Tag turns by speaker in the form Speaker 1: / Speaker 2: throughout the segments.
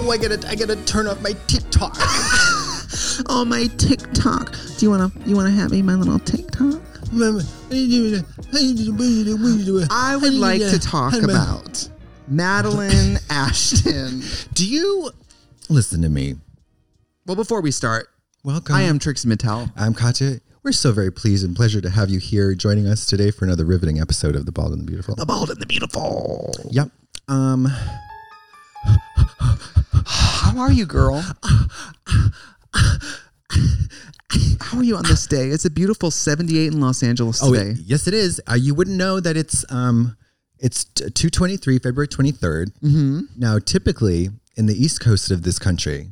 Speaker 1: Oh, I gotta, I gotta turn off my TikTok.
Speaker 2: Oh my TikTok. Do you wanna you wanna have me my little TikTok? I
Speaker 1: I
Speaker 2: would like to talk about Madeline Ashton.
Speaker 1: Do you listen to me?
Speaker 2: Well, before we start,
Speaker 1: Welcome.
Speaker 2: I am Trixie Mattel.
Speaker 1: I'm Katya. We're so very pleased and pleasure to have you here joining us today for another riveting episode of The Bald and the Beautiful.
Speaker 2: The bald and the beautiful.
Speaker 1: Yep. Um,
Speaker 2: How are you, girl? How are you on this day? It's a beautiful 78 in Los Angeles
Speaker 1: oh,
Speaker 2: today.
Speaker 1: yes, it is. Uh, you wouldn't know that it's um, it's t- 223, February 23rd.
Speaker 2: mm-hmm.
Speaker 1: Now, typically in the east coast of this country,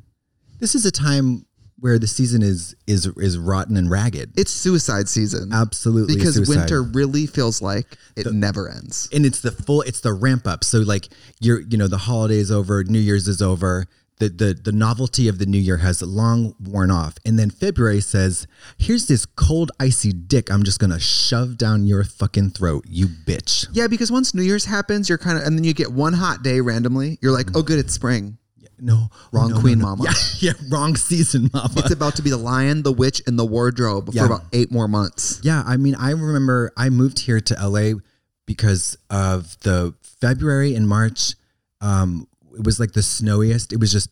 Speaker 1: this is a time where the season is is is rotten and ragged.
Speaker 2: It's suicide season.
Speaker 1: Absolutely,
Speaker 2: because
Speaker 1: suicide.
Speaker 2: winter really feels like it never ends.
Speaker 1: and it's the full it's the ramp up. So like you're you know the holidays over, New Year's is over. The, the, the novelty of the new year has long worn off. And then February says, Here's this cold, icy dick I'm just gonna shove down your fucking throat, you bitch.
Speaker 2: Yeah, because once New Year's happens, you're kind of, and then you get one hot day randomly. You're like, oh, good, it's spring.
Speaker 1: No,
Speaker 2: Wrong
Speaker 1: no,
Speaker 2: queen,
Speaker 1: no, no.
Speaker 2: mama.
Speaker 1: Yeah, yeah, wrong season, mama.
Speaker 2: It's about to be the lion, the witch, and the wardrobe
Speaker 1: Yeah.
Speaker 2: for about eight more months.
Speaker 1: Yeah, I mean, I remember I moved here to LA because of the February and March. Um, it was like the snowiest. It was just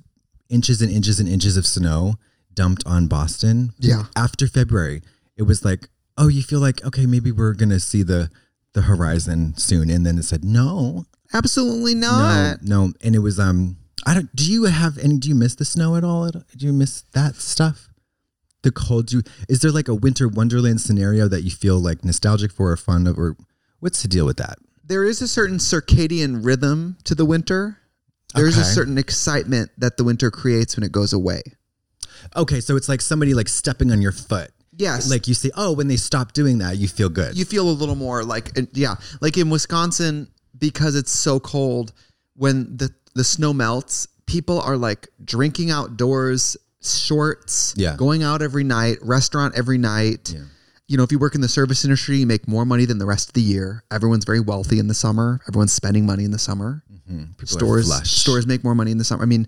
Speaker 1: inches and inches and inches of snow dumped on Boston.
Speaker 2: Yeah.
Speaker 1: After February, it was like, oh, you feel like okay, maybe we're gonna see the the horizon soon, and then it said no,
Speaker 2: Absolutely not.
Speaker 1: no, no, and it was um. I don't. Do you have any? Do you miss the snow at all? At, do you miss that stuff? The cold. Do you, is there like a winter wonderland scenario that you feel like nostalgic for or fond of, or what's the deal with that?
Speaker 2: There is a certain circadian rhythm to the winter. There's a
Speaker 1: Okay.
Speaker 2: certain excitement that the winter creates when it goes away.
Speaker 1: Okay, so it's like somebody like stepping on your foot.
Speaker 2: Yes.
Speaker 1: Like you say, oh, when they stop doing that, you feel good.
Speaker 2: you feel a little more like uh, yeah like in wisconsin because it's so cold when the the snow melts people are like drinking outdoors shorts
Speaker 1: Yeah.
Speaker 2: going out every night restaurant every night you know if you work in the service industry you make more money than the rest of the year everyone's very wealthy in the summer everyone's spending money in the summer
Speaker 1: Mm-hmm. People are
Speaker 2: stores
Speaker 1: flush.
Speaker 2: stores make more money in the summer i mean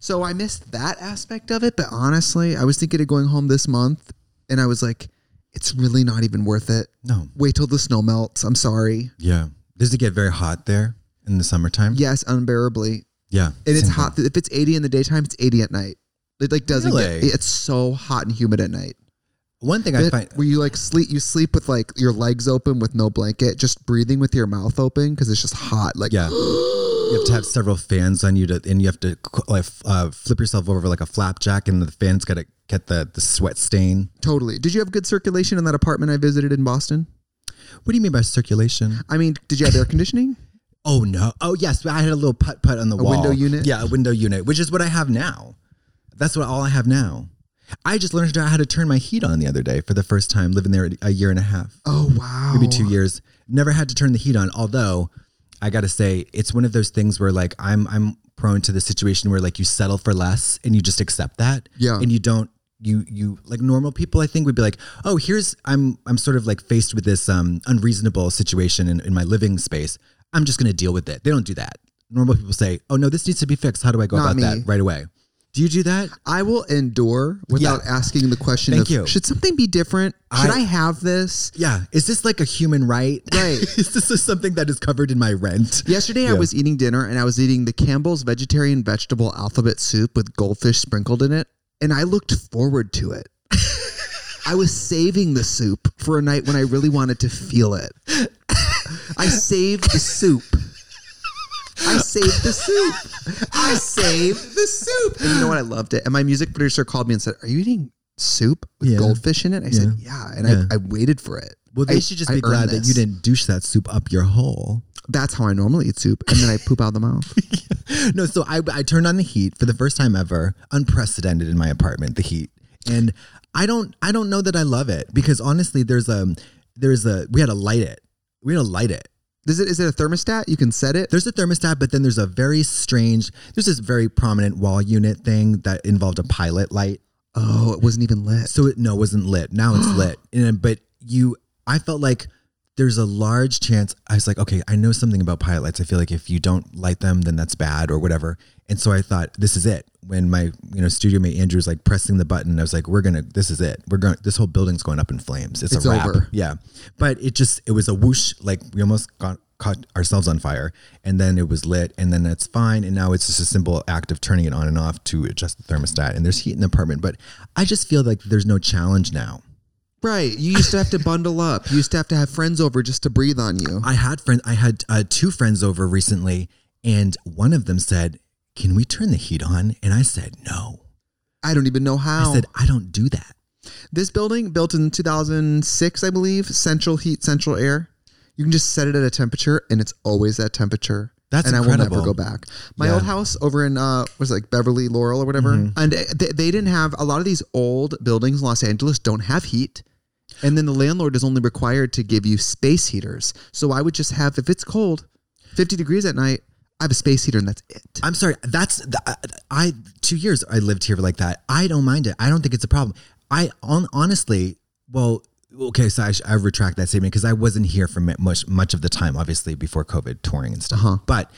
Speaker 2: so i missed that aspect of it but honestly i was thinking of going home this month and i was like it's really not even worth it
Speaker 1: No.
Speaker 2: wait till the snow melts. I'm sorry.
Speaker 1: Yeah. Does it get very hot there in the summertime?
Speaker 2: Yes, unbearably.
Speaker 1: Yeah.
Speaker 2: And it's
Speaker 1: Same
Speaker 2: hot. If it's 80 in the daytime, it's 80 at night. It like doesn't
Speaker 1: Really?
Speaker 2: get. It's so hot and humid at night.
Speaker 1: thing. One thing I
Speaker 2: But
Speaker 1: find.
Speaker 2: where you like sleep, you sleep with like your legs open with no blanket, just breathing with your mouth open because it's just hot. Like
Speaker 1: Yeah. you have to have several fans on you to, and you have to like uh, flip yourself over like a flapjack, and the fan's got to get the the sweat stain.
Speaker 2: totally. Did you have good circulation in that apartment I visited in Boston?
Speaker 1: What do you mean by circulation?
Speaker 2: I mean, did you have air conditioning?
Speaker 1: Oh no! Oh yes, I had a little putt putt on the
Speaker 2: A
Speaker 1: wall.
Speaker 2: window unit?
Speaker 1: Yeah, a window unit, which is what I have now. That's what all I have now. I just learned how to turn my heat on the other day for the first time, living there a year and a half.
Speaker 2: Oh wow.
Speaker 1: maybe two years. Never had to turn the heat on. Although I gotta say, it's one of those things where like I'm I'm prone to the situation where like you settle for less and you just accept that.
Speaker 2: Yeah.
Speaker 1: And you don't you you like normal people I think would be like, oh here's I'm I'm sort of like faced with this um unreasonable situation in, in my living space. I'm just gonna deal with it. They don't do that. Normal people say, Oh no, this needs to be fixed. How do I go
Speaker 2: Not
Speaker 1: about that
Speaker 2: me.
Speaker 1: right away? Do you do that?
Speaker 2: I will endure without asking the question.
Speaker 1: Thank
Speaker 2: of,
Speaker 1: you.
Speaker 2: Should something be different? Should
Speaker 1: I-
Speaker 2: I have this?
Speaker 1: Yeah. Is this like a human right?
Speaker 2: Right.
Speaker 1: is this something that is covered in my rent?
Speaker 2: Yesterday, I
Speaker 1: Yeah.
Speaker 2: was eating dinner and I was eating the Campbell's vegetarian vegetable alphabet soup with goldfish sprinkled in it. And I looked forward to it. I was saving the soup for a night when I really wanted to feel it. I saved the soup. I saved the soup. I saved the soup. And you know what? I loved it. And my music producer called me and said, Are you eating soup with
Speaker 1: Yeah.
Speaker 2: goldfish in it? I said, Yeah. And
Speaker 1: Yeah.
Speaker 2: I, I waited for it.
Speaker 1: Well, they
Speaker 2: I-
Speaker 1: should just
Speaker 2: I
Speaker 1: be glad
Speaker 2: earned
Speaker 1: that
Speaker 2: this.
Speaker 1: you didn't douche that soup up your hole.
Speaker 2: That's how I normally eat soup, and then I poop out the mouth.
Speaker 1: No, so I, I turned on the heat for the first time ever, unprecedented in my apartment, the heat. And I don't I don't know that I love it because honestly there's a there's a we had to light it. We had to light it.
Speaker 2: Is it is it a thermostat? You can set it.
Speaker 1: There's a thermostat, but then there's a very strange there's this very prominent wall unit thing that involved a pilot light.
Speaker 2: Oh, it wasn't even lit.
Speaker 1: So it no it wasn't lit. Now it's lit. And but you I felt like there's a large chance I was like, okay, I know something about pilot lights. I feel like if you don't light them, then that's bad or whatever. And so I thought, this is it. When my you know studio mate Andrew was like pressing the button, I was like, we're gonna this is it. We're going this whole building's going up in flames. It's,
Speaker 2: It's
Speaker 1: a wrap.
Speaker 2: over.
Speaker 1: Yeah. But it just it was a whoosh, like we almost got caught ourselves on fire and then it was lit and then it's fine and now it's just a simple act of turning it on and off to adjust the thermostat and there's heat in the apartment but i just feel like there's no challenge now
Speaker 2: Right. You used to have to bundle up. You used to have to have friends over just to breathe on you.
Speaker 1: I had friends. I had uh, two friends over recently, and one of them said, "Can we turn the heat on?" And I said, "No."
Speaker 2: I don't even know how.
Speaker 1: I said, "I don't do that."
Speaker 2: this building, built in 2006, I believe, central heat, central air. You can just set it at a temperature, and it's always that temperature.
Speaker 1: That's
Speaker 2: and I
Speaker 1: incredible.
Speaker 2: will never go back. My
Speaker 1: Yeah. Mm-hmm.
Speaker 2: old house over in uh was it like Beverly Laurel or whatever, and they, they didn't have a lot of these old buildings in Los Angeles don't have heat, and then the landlord is only required to give you space heaters. So I would just have if it's cold, 50 degrees at night, I have a space heater and that's it.
Speaker 1: I'm sorry. That's th- I, I. Two years I lived here like that. I don't mind it. I don't think it's a problem. I on, honestly, well, okay. So I, sh- I retract that statement because I wasn't here for mi- much much of the time, obviously before COVID touring and stuff.
Speaker 2: Uh-huh.
Speaker 1: But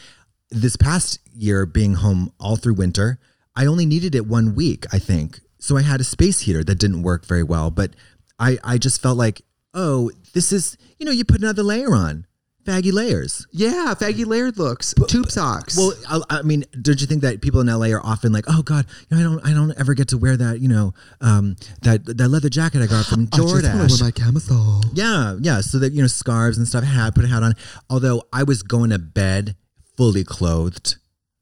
Speaker 1: this past year, being home all through winter, I only needed it one week, I think. So I had a space heater that didn't work very well, but I I just felt like, oh, this is you know, you put another layer on, baggy layers.
Speaker 2: Yeah, faggy layered looks, tube socks.
Speaker 1: Well, I, I mean, don't you think that people in LA are often like, "Oh God, you know, I don't, I don't ever get to wear that, you know, um, that that leather jacket I got
Speaker 2: Oh,
Speaker 1: from
Speaker 2: I just
Speaker 1: DoorDash."
Speaker 2: wear my camisole.
Speaker 1: yeah, yeah. So that you know, scarves and stuff. Hat, put a hat on. Although I was going to bed fully clothed.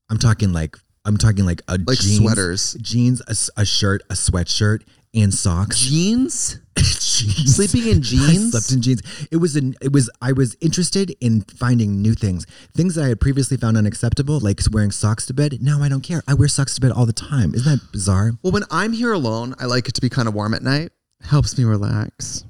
Speaker 1: I'm talking like I'm talking like a
Speaker 2: Like
Speaker 1: jeans,
Speaker 2: sweaters.
Speaker 1: jeans, a s- a, shirt, a sweatshirt, and socks.
Speaker 2: Jeans?
Speaker 1: Jeans.
Speaker 2: Sleeping in
Speaker 1: I
Speaker 2: jeans?
Speaker 1: slept in jeans. It was an it was I was interested in finding new things. Things that I had previously found unacceptable, like wearing socks to bed. Now I don't care. I wear socks to bed all the time. Isn't that bizarre?
Speaker 2: well, when I'm here alone, I like it to be kind of warm at night. Helps me relax.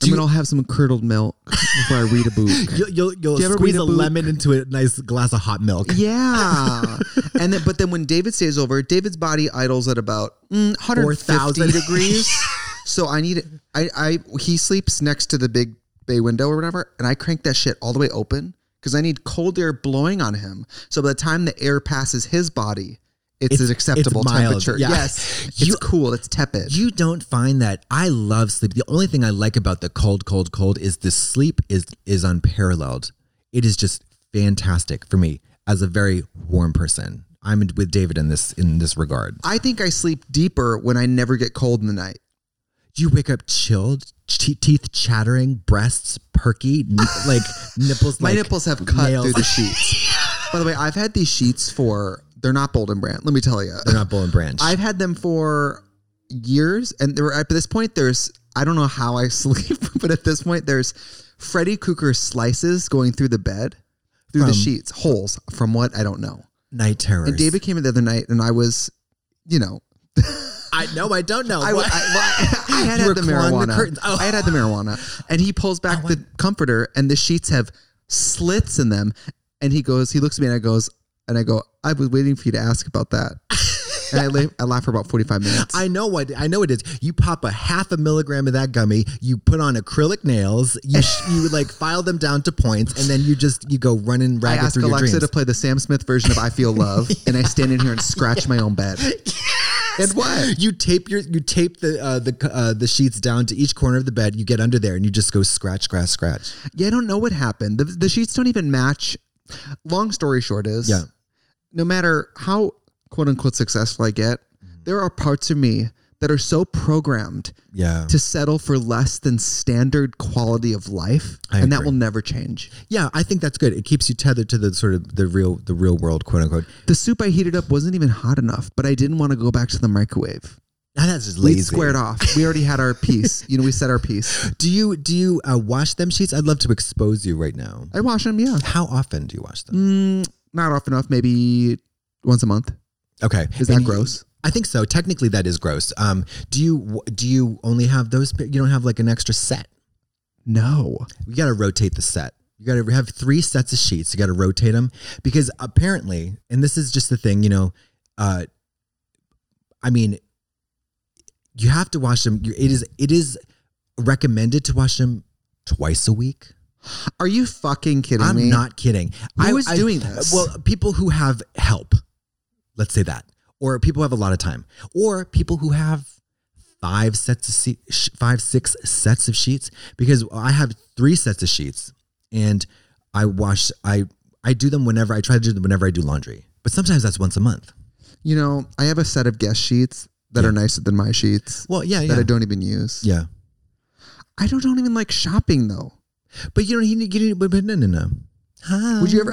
Speaker 2: and then I'll have some curdled milk before I read a book.
Speaker 1: You'll you'll, you'll
Speaker 2: Do you ever
Speaker 1: squeeze
Speaker 2: read
Speaker 1: a,
Speaker 2: a book?
Speaker 1: lemon into a nice glass of hot milk.
Speaker 2: yeah. And then, but then when David stays over, David's body idles at about mm, 150
Speaker 1: 4,000.
Speaker 2: degrees. so I need, I, I, he sleeps next to the big bay window or whatever. And I crank that shit all the way open because I need cold air blowing on him. So by the time the air passes his body, it's,
Speaker 1: It's-
Speaker 2: an acceptable
Speaker 1: it's mild,
Speaker 2: temperature.
Speaker 1: yeah.
Speaker 2: Yes. It's
Speaker 1: You-
Speaker 2: cool. It's tepid.
Speaker 1: You don't find that I love sleep. The only thing I like about the cold, cold, cold is the sleep is is unparalleled. It is just fantastic for me as a very warm person. I'm with David in this in this regard.
Speaker 2: I think I sleep deeper when I never get cold in the night.
Speaker 1: Do you wake up chilled, te- teeth chattering, breasts perky, n- like nipples?
Speaker 2: My
Speaker 1: like
Speaker 2: nipples have cut
Speaker 1: nails?
Speaker 2: through the sheets. By the way, I've had these sheets for they're not Bold and Brand. Let me tell you,
Speaker 1: They're not bull and branch.
Speaker 2: I've had them for years, and there were, at this point there's I don't know how I sleep, but at this point there's Freddy Krueger slices going through the bed, through the
Speaker 1: From-
Speaker 2: sheets, holes from what I don't know.
Speaker 1: Night terrors.
Speaker 2: And David came in the other night, and I was, you know,
Speaker 1: I know. I don't know.
Speaker 2: I, I, well,
Speaker 1: What?
Speaker 2: I, I had
Speaker 1: You were
Speaker 2: had the
Speaker 1: clawing the
Speaker 2: marijuana.
Speaker 1: curtains. Oh.
Speaker 2: I had had the marijuana, and he pulls back the comforter, and the sheets have slits in them. And he goes, he looks at me, and I goes, and I go, I was waiting for you to ask about that. and I, la- I laugh for about forty five minutes.
Speaker 1: I know what I know. It is. You pop a half a milligram of that gummy. You put on acrylic nails. You sh- you like file them down to points, and then you just you go running
Speaker 2: I
Speaker 1: ragged
Speaker 2: asked
Speaker 1: through your
Speaker 2: Alexa
Speaker 1: dreams.
Speaker 2: to play the Sam Smith version of "I Feel Love," and I stand in here and scratch my own bed. And what?
Speaker 1: you tape your you tape the uh, the c- uh, the sheets down to each corner of the bed. You get under there and you just go scratch, scratch, scratch.
Speaker 2: Yeah, I don't know what happened. The, the sheets don't even match. Long story short is,
Speaker 1: Yeah.
Speaker 2: no matter how quote unquote successful I get, there are parts of me that are so programmed
Speaker 1: Mm-hmm. Yeah.
Speaker 2: to settle for less than standard quality of life,
Speaker 1: I
Speaker 2: and that
Speaker 1: agree.
Speaker 2: will never change.
Speaker 1: Yeah, I think that's good. It keeps you tethered to the sort of the real the real world, quote unquote.
Speaker 2: The soup I heated up wasn't even hot enough, but I didn't want to go back to the microwave.
Speaker 1: Now that's just
Speaker 2: We
Speaker 1: lazy.
Speaker 2: squared off. We already had our piece. You know, we said our piece.
Speaker 1: Do you do you uh, wash them sheets? I'd love to expose you right now.
Speaker 2: I wash them. Yeah,
Speaker 1: How often do you wash them?
Speaker 2: mm, not often enough. Maybe once a month.
Speaker 1: Okay,
Speaker 2: Is that
Speaker 1: And you-
Speaker 2: gross?
Speaker 1: I think so. Technically, that is gross. Um, do you do you only have those? pi- You don't have like an extra set.
Speaker 2: No.
Speaker 1: You got to rotate the set. You got to have three sets of sheets. You got to rotate them because apparently, and this is just the thing, you know, uh, I mean, you have to wash them. You- It is it is recommended to wash them twice a week.
Speaker 2: Are you fucking kidding
Speaker 1: I'm
Speaker 2: me?
Speaker 1: not kidding.
Speaker 2: Who is doing this?
Speaker 1: Well, people who have help, let's say that, or people who have a lot of time, or people who have five sets of se- sh- five six sets of sheets. Because I have three sets of sheets, and I wash. I I do them whenever I try to do them whenever I do laundry. But sometimes that's once a month.
Speaker 2: You know, I have a set of guest sheets that
Speaker 1: Yeah.
Speaker 2: are nicer than my sheets
Speaker 1: Well, yeah,
Speaker 2: that
Speaker 1: yeah,
Speaker 2: I don't even use.
Speaker 1: yeah.
Speaker 2: I don't, don't even like shopping though.
Speaker 1: But you don't you need you need- no no no. Hi.
Speaker 2: Would you ever?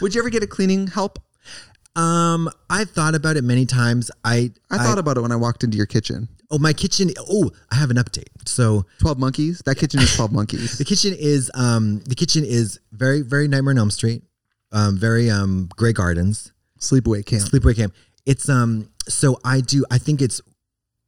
Speaker 2: would you ever get a cleaning help?
Speaker 1: Um, I've thought about it many times. I
Speaker 2: I thought about it when I walked into your kitchen.
Speaker 1: oh my kitchen. Oh, I have an update. So
Speaker 2: 12 monkeys. That kitchen is 12 monkeys.
Speaker 1: The kitchen is um the kitchen is very very Nightmare on Elm Street, um very um Grey Gardens
Speaker 2: Sleepaway camp.
Speaker 1: sleepaway camp. It's um so I do I think it's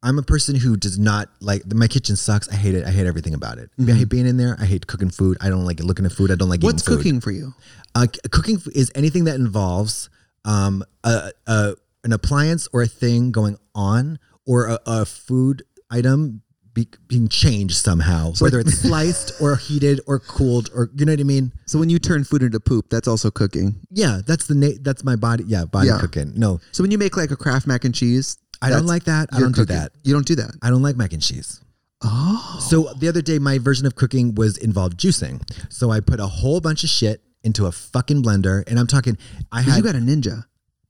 Speaker 1: I'm a person who does not like my kitchen sucks. I hate it. I hate everything about it. I hate being in there. I hate cooking food. I don't like looking at food. I don't like
Speaker 2: Mm-hmm. What's
Speaker 1: eating
Speaker 2: cooking
Speaker 1: food.
Speaker 2: for you?
Speaker 1: Uh, c- cooking f- is anything that involves um, a, a, an appliance or a thing going on or a, a food item be, being changed somehow, whether it's sliced or heated or cooled or you know what I mean.
Speaker 2: So when you turn food into poop, that's also cooking.
Speaker 1: Yeah, that's the na- that's my body. Yeah, body
Speaker 2: Yeah.
Speaker 1: cooking. No,
Speaker 2: So when you make like a Kraft mac and cheese,
Speaker 1: I
Speaker 2: that's-
Speaker 1: don't like that. I
Speaker 2: you're
Speaker 1: don't do
Speaker 2: cooking.
Speaker 1: that.
Speaker 2: You don't do that.
Speaker 1: I don't like mac and cheese.
Speaker 2: Oh.
Speaker 1: So the other day, my version of cooking was involved juicing. So I put a whole bunch of shit into a fucking blender, and I'm talking. I
Speaker 2: You
Speaker 1: had
Speaker 2: got a ninja.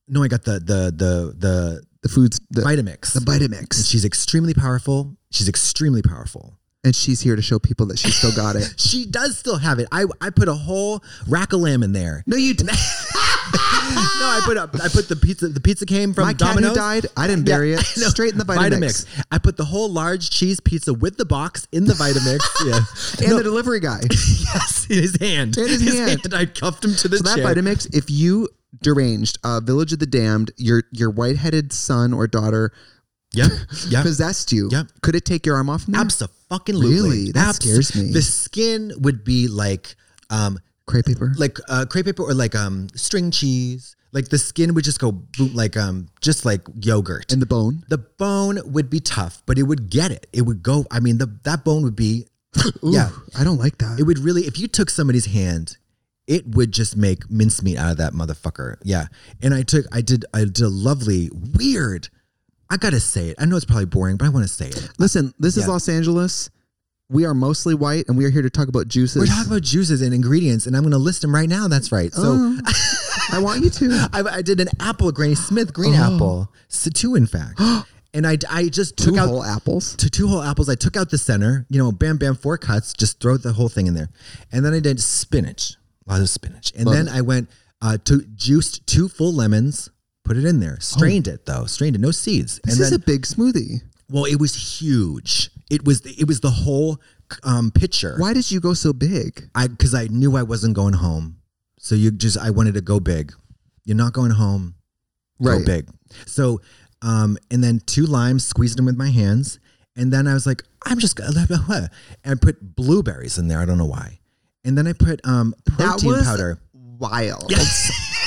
Speaker 1: no. I got the the the the
Speaker 2: The foods, the,
Speaker 1: Vitamix.
Speaker 2: the Vitamix.
Speaker 1: And she's extremely powerful. She's extremely powerful.
Speaker 2: and she's here to show people that she still got it.
Speaker 1: She does still have it. I, I put a whole rack of lamb in there.
Speaker 2: No, you didn't.
Speaker 1: no, I put a, I put the pizza the pizza came from
Speaker 2: My cat who
Speaker 1: Domino's.
Speaker 2: died, I didn't bury it.
Speaker 1: No,
Speaker 2: Straight in the Vitamix.
Speaker 1: I put the whole large cheese pizza with the box in the Vitamix. yeah.
Speaker 2: And
Speaker 1: No,
Speaker 2: the delivery guy.
Speaker 1: yes, in his hand.
Speaker 2: In his hand.
Speaker 1: I cuffed him to the
Speaker 2: So that
Speaker 1: chair.
Speaker 2: Vitamix, if you deranged uh, Village of the Damned, your your white-headed son or daughter
Speaker 1: Yep. Yep.
Speaker 2: possessed you,
Speaker 1: Yep.
Speaker 2: could it take your arm off from there?
Speaker 1: Absolutely.
Speaker 2: Really? That scares me.
Speaker 1: The skin would be like um
Speaker 2: Crepe paper.
Speaker 1: like uh, crepe paper or like um string cheese. Like the skin would just go boom, like um just like yogurt.
Speaker 2: and the bone.
Speaker 1: the bone would be tough, but it would get it. It would go. I mean, the that bone would be.
Speaker 2: Ooh,
Speaker 1: yeah,
Speaker 2: I don't like that.
Speaker 1: it would really. If you took somebody's hand, it would just make mincemeat out of that motherfucker. Yeah, and I took. I did. I did a lovely weird. I gotta say it. I know it's probably boring, but I want to say it.
Speaker 2: Listen, this is
Speaker 1: Yeah.
Speaker 2: Los Angeles. We are mostly white, and we are here to talk about juices.
Speaker 1: We're talking about juices and ingredients, and I'm gonna list them right now. That's right. So.
Speaker 2: Oh, I want you to.
Speaker 1: I, I did an apple, Granny Smith green
Speaker 2: Oh.
Speaker 1: apple, so two in fact, and I I just
Speaker 2: Two
Speaker 1: took out
Speaker 2: whole apples.
Speaker 1: to two whole apples. I took out the center, you know, bam, bam, four cuts, just throw the whole thing in there, and then I did spinach, a lot of spinach, and then I went uh, to juiced two full lemons, put it in there, strained it though, strained it, no seeds,
Speaker 2: Oh. This
Speaker 1: and
Speaker 2: is
Speaker 1: then
Speaker 2: a big smoothie.
Speaker 1: well, it was huge. It was it was the whole um, pitcher.
Speaker 2: Why did you go so big?
Speaker 1: I because I knew I wasn't going home, so you just I wanted to go big. You're not going home
Speaker 2: Right.
Speaker 1: go big. So, um, and then two limes, squeezed them with my hands, and then I was like, I'm just gonna blah, blah, blah. and I put blueberries in there. I don't know why. And then I put um
Speaker 2: That
Speaker 1: protein
Speaker 2: was
Speaker 1: powder.
Speaker 2: wild.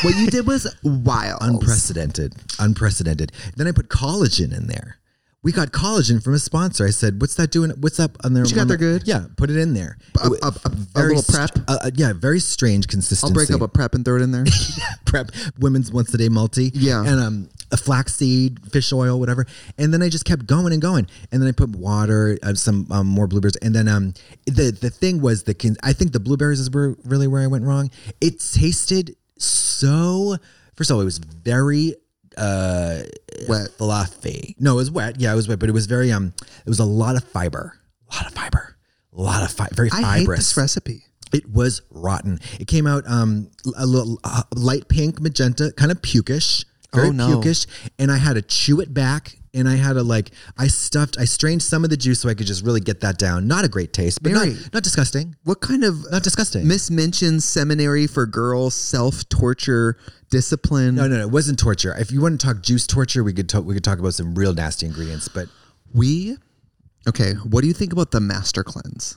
Speaker 2: what you did was wild.
Speaker 1: Unprecedented, unprecedented. Then I put collagen in there. We got collagen from a sponsor. I said, "What's that doing? What's up on there?"
Speaker 2: you got
Speaker 1: on
Speaker 2: there
Speaker 1: the-
Speaker 2: good?
Speaker 1: Yeah, put it in there.
Speaker 2: A-
Speaker 1: It wa-
Speaker 2: a- a- a little
Speaker 1: str-
Speaker 2: prep?
Speaker 1: uh, uh, yeah, very strange consistency.
Speaker 2: I'll break up a prep and throw it in there.
Speaker 1: prep women's once a day multi.
Speaker 2: Yeah.
Speaker 1: And um a flaxseed, fish oil, whatever. And then I just kept going and going. And then I put water, uh, some um, more blueberries. And then um the the thing was the kin- I think the blueberries is where really where I went wrong. It tasted so first of all, it was very uh
Speaker 2: Wet.
Speaker 1: fluffy. No, it was wet. Yeah, it was wet, but it was very um it was a lot of fiber. A lot of fiber. A lot of fiber. Very
Speaker 2: I hate
Speaker 1: fibrous.
Speaker 2: this recipe.
Speaker 1: It was rotten. It came out um a little uh, light pink magenta, kind of pukish, very
Speaker 2: Oh, no.
Speaker 1: pukish, and I had to chew it back and I had a like I stuffed I strained some of the juice so I could just really get that down. Not a great taste, but
Speaker 2: Mary.
Speaker 1: not not disgusting.
Speaker 2: What kind of
Speaker 1: Not disgusting.
Speaker 2: mismentioned seminary for girls, self torture, discipline?
Speaker 1: no, no, no, it wasn't torture. If you want to talk juice torture, we could talk we could talk about some real nasty ingredients, but
Speaker 2: We, okay, what do you think about the master cleanse?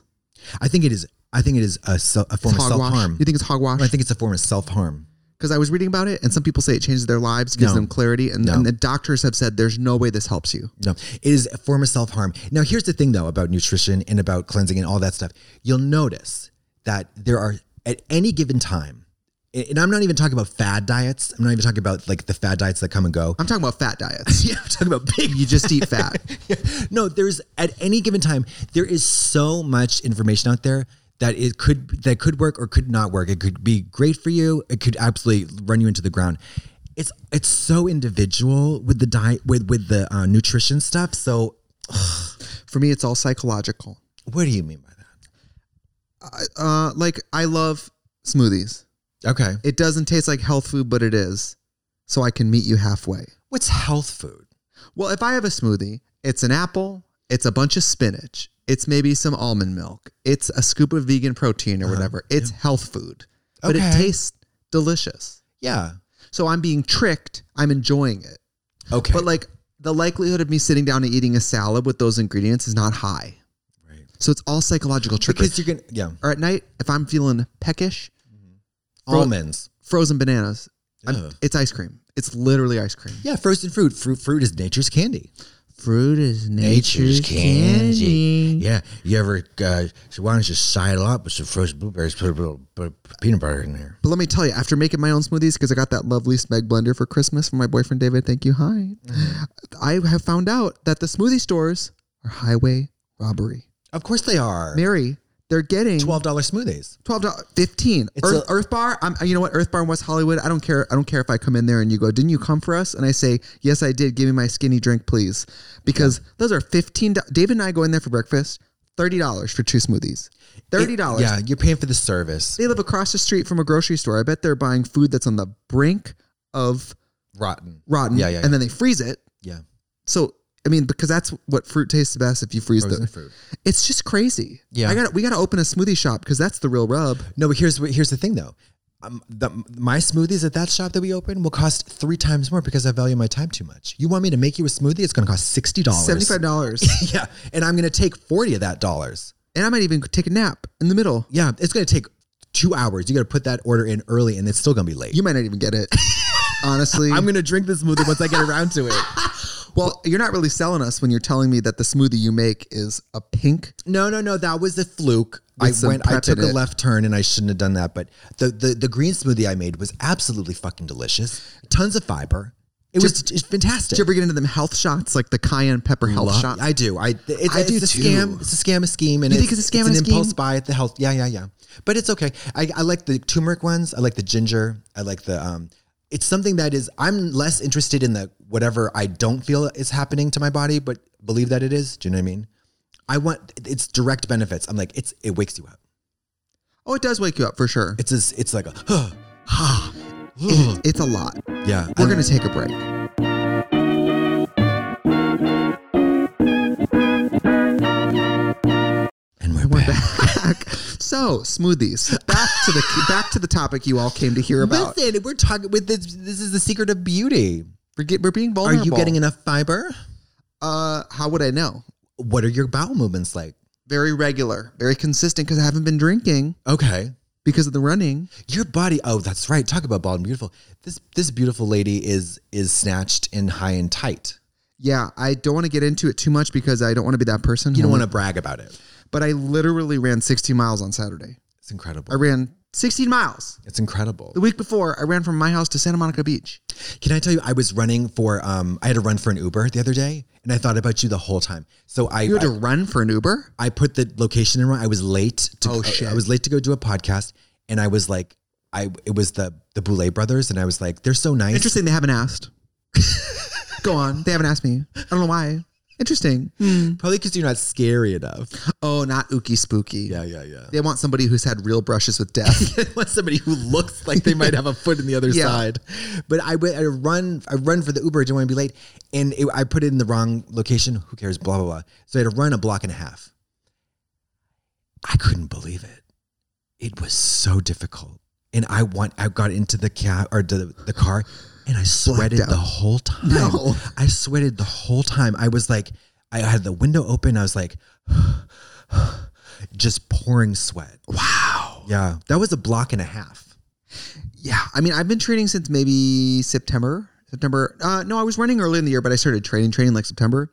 Speaker 1: I think it is I think it is a, se- a form of
Speaker 2: Hogwash.
Speaker 1: self-harm.
Speaker 2: You think it's hogwash?
Speaker 1: I think it's a form of self-harm.
Speaker 2: because I was reading about it, and some people say it changes their lives, gives
Speaker 1: No.
Speaker 2: them clarity, and,
Speaker 1: No.
Speaker 2: and the doctors have said there's no way this helps you.
Speaker 1: No, it is a form of self harm. Now, here's the thing though about nutrition and about cleansing and all that stuff. You'll notice that there are, at any given time, and and I'm not even talking about fad diets. I'm not even talking about like the fad diets that come and go.
Speaker 2: I'm talking about fat diets.
Speaker 1: Yeah, I'm talking about big.
Speaker 2: you just eat fat.
Speaker 1: No, there's at any given time there is so much information out there that it could that could work or could not work. It could be great for you. It could absolutely run you into the ground. It's it's so individual with the diet with with the uh, nutrition stuff. So
Speaker 2: For me, it's all psychological.
Speaker 1: what do you mean by that?
Speaker 2: Uh, like I love smoothies.
Speaker 1: Okay.
Speaker 2: It doesn't taste like health food, but it is. So I can meet you halfway.
Speaker 1: What's health food?
Speaker 2: Well, if I have a smoothie, it's an apple, it's a bunch of spinach, it's maybe some almond milk, it's a scoop of vegan protein or whatever. It's health food, but it
Speaker 1: Uh-huh. Okay.
Speaker 2: tastes delicious.
Speaker 1: Yeah.
Speaker 2: So I'm being tricked. I'm enjoying it.
Speaker 1: Okay.
Speaker 2: But like the likelihood of me sitting down and eating a salad with those ingredients is not high.
Speaker 1: Right.
Speaker 2: So it's all psychological trickery.
Speaker 1: because you're gonna yeah
Speaker 2: or at night, if I'm feeling peckish, Bro-
Speaker 1: almonds.
Speaker 2: frozen bananas,
Speaker 1: Yeah.
Speaker 2: I'm, it's ice cream. It's literally ice cream.
Speaker 1: Yeah, frozen fruit. Fruit fruit is nature's candy.
Speaker 2: Fruit is nature's, candy.
Speaker 1: Yeah. You ever uh, so why don't you sidle up with some frozen blueberries, put a little put a peanut butter in there.
Speaker 2: But let me tell you, after making my own smoothies, because I got that lovely Smeg blender for Christmas from my boyfriend David, thank you, hi.
Speaker 1: Mm-hmm.
Speaker 2: I have found out that the smoothie stores are highway robbery.
Speaker 1: Of course they are.
Speaker 2: Mary, they're getting
Speaker 1: Twelve dollar smoothies.
Speaker 2: Twelve dollars, fifteen.
Speaker 1: It's
Speaker 2: Earth,
Speaker 1: a-
Speaker 2: Earth Bar. I'm, you know what? Earth Bar in West Hollywood. I don't care. I don't care if I come in there and you go, "Didn't you come for us?" And I say, "Yes, I did. Give me my skinny drink, please," because those are fifteen. do- David and I go in there for breakfast. Thirty dollars for two smoothies. Thirty dollars.
Speaker 1: Yeah, you're paying for the service.
Speaker 2: They live across the street from a grocery store. I bet they're buying food that's on the brink of
Speaker 1: Rotten.
Speaker 2: rotten.
Speaker 1: Yeah, yeah,
Speaker 2: And then they freeze it.
Speaker 1: Yeah.
Speaker 2: So I mean, because that's what fruit tastes best if you freeze
Speaker 1: Frozen
Speaker 2: the.
Speaker 1: fruit.
Speaker 2: It's just crazy.
Speaker 1: Yeah.
Speaker 2: I got. We got to open a smoothie shop because that's the real rub.
Speaker 1: No, but here's what- here's the thing though. Um, the, my smoothies at that shop that we open will cost three times more because I value my time too much. You want me to make you a smoothie? It's going to cost sixty dollars.
Speaker 2: Seventy five dollars.
Speaker 1: yeah, and I'm gonna take forty of that dollars.
Speaker 2: and I might even take a nap in the middle.
Speaker 1: Yeah, it's gonna take two hours. You gotta put that order in early, and it's still gonna be late.
Speaker 2: You might not even get it. Honestly,
Speaker 1: I'm gonna drink this smoothie once I get around to it.
Speaker 2: well, you're not really selling us when you're telling me that the smoothie you make is a pink.
Speaker 1: No, no, no, that was a fluke. I
Speaker 2: With some
Speaker 1: went, I
Speaker 2: prep
Speaker 1: took
Speaker 2: in
Speaker 1: a
Speaker 2: it.
Speaker 1: left turn, and I shouldn't have done that. But the the the green smoothie I made was absolutely fucking delicious. Tons of fiber. It was just fantastic.
Speaker 2: Did you ever get into them health shots, like the cayenne pepper health
Speaker 1: Love-
Speaker 2: shot?
Speaker 1: I do. I it's,
Speaker 2: I
Speaker 1: it's
Speaker 2: do
Speaker 1: a
Speaker 2: too.
Speaker 1: scam. It's a scam, a scheme, and
Speaker 2: You think it's a scam
Speaker 1: It's
Speaker 2: and
Speaker 1: an
Speaker 2: a scheme?
Speaker 1: impulse buy at the health. Yeah, yeah, yeah. But it's okay. I, I like the turmeric ones. I like the ginger. I like the um. It's something that is. I'm less interested in the whatever I don't feel is happening to my body, but believe that it is. Do you know what I mean? I want it's direct benefits. I'm like it's it wakes you up.
Speaker 2: oh, it does wake you up for sure.
Speaker 1: It's a, it's like a huh, ha.
Speaker 2: It- it's a lot.
Speaker 1: yeah.
Speaker 2: We're
Speaker 1: I'm-
Speaker 2: gonna take a break.
Speaker 1: and we're, back.
Speaker 2: so smoothies. Back to the back to the topic you all came to hear about.
Speaker 1: Listen, we're talking with this. This is the secret of beauty.
Speaker 2: We're, get, we're being
Speaker 1: Are
Speaker 2: vulnerable.
Speaker 1: you getting enough fiber?
Speaker 2: Uh, how would I know?
Speaker 1: What are your bowel movements like?
Speaker 2: Very regular, very consistent because I haven't been drinking
Speaker 1: Okay.
Speaker 2: because of the running.
Speaker 1: Your body. Oh, that's right. Talk about bald and beautiful. This this beautiful lady is is snatched and high and tight.
Speaker 2: Yeah, I don't want to get into it too much because I don't want to be that person.
Speaker 1: You don't want to brag about it.
Speaker 2: but I literally ran 16 miles on Saturday.
Speaker 1: It's
Speaker 2: I
Speaker 1: incredible.
Speaker 2: ran 16 miles.
Speaker 1: It's incredible.
Speaker 2: The week before, I ran from my house to Santa Monica Beach.
Speaker 1: Can I tell you? I was running for. Um, I had to run for an Uber the other day, and I thought about you the whole time. So I.
Speaker 2: You had
Speaker 1: I-
Speaker 2: to run for an Uber?
Speaker 1: I put the location in wrong. I was late to
Speaker 2: Oh, shit.
Speaker 1: I was late to go do a podcast and I was like I it was the the Boulet brothers and I was like they're so nice.
Speaker 2: Interesting, they haven't asked. Go on. They haven't asked me. I don't know why. Interesting.
Speaker 1: Probably because you're not scary enough.
Speaker 2: Oh, not ooky spooky.
Speaker 1: Yeah, yeah, yeah.
Speaker 2: They want somebody who's had real brushes with death.
Speaker 1: I want somebody who looks like they might have a foot in the other
Speaker 2: Yeah.
Speaker 1: side. But I, went- I run, I run for the Uber. I didn't want to be late, and it, I put it in the wrong location. Who cares? Blah blah blah. So I had to run a block and a half. I couldn't believe it. It was so difficult, and I want. I got into the cab or the, the car, and I sweated
Speaker 2: out.
Speaker 1: the whole time.
Speaker 2: No.
Speaker 1: I sweated the whole time. I was like, I had the window open. I was like, just pouring sweat.
Speaker 2: wow.
Speaker 1: Yeah, that was a block and a half.
Speaker 2: Yeah. I mean, I've been training since maybe September. September. Uh, no, I was running early in the year, but I started training, training like September.